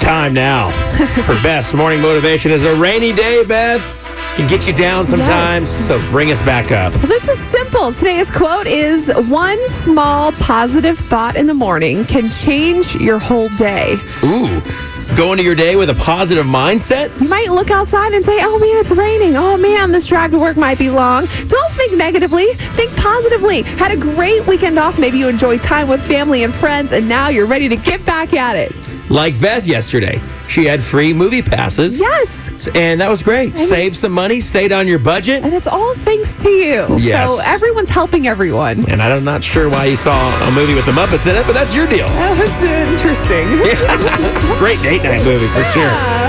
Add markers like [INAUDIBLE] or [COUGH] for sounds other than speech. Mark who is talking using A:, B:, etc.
A: time
B: [LAUGHS]
A: now for Beth's morning motivation is a rainy day, Beth. Can get you down sometimes,
B: Yes.
A: so bring us back up.
B: Well, this is simple. Today's quote is one small positive thought in the morning can change your whole day.
A: Ooh, go into your day with a positive mindset.
B: You might look outside and say, oh man, it's raining. Oh man, this drive to work might be long. Don't think negatively, think positively. Had a great weekend off. Maybe you enjoyed time with family and friends, and now you're ready to get back at it.
A: Like Beth yesterday, she had free movie passes.
B: Yes.
A: And that was great. Saved some money, stayed on your budget.
B: And it's all thanks to you.
A: Yes.
B: So everyone's helping [LAUGHS] everyone.
A: And I'm not sure why you saw a movie with the Muppets in it, but that's your deal.
B: That was interesting.
A: Great date night movie for sure.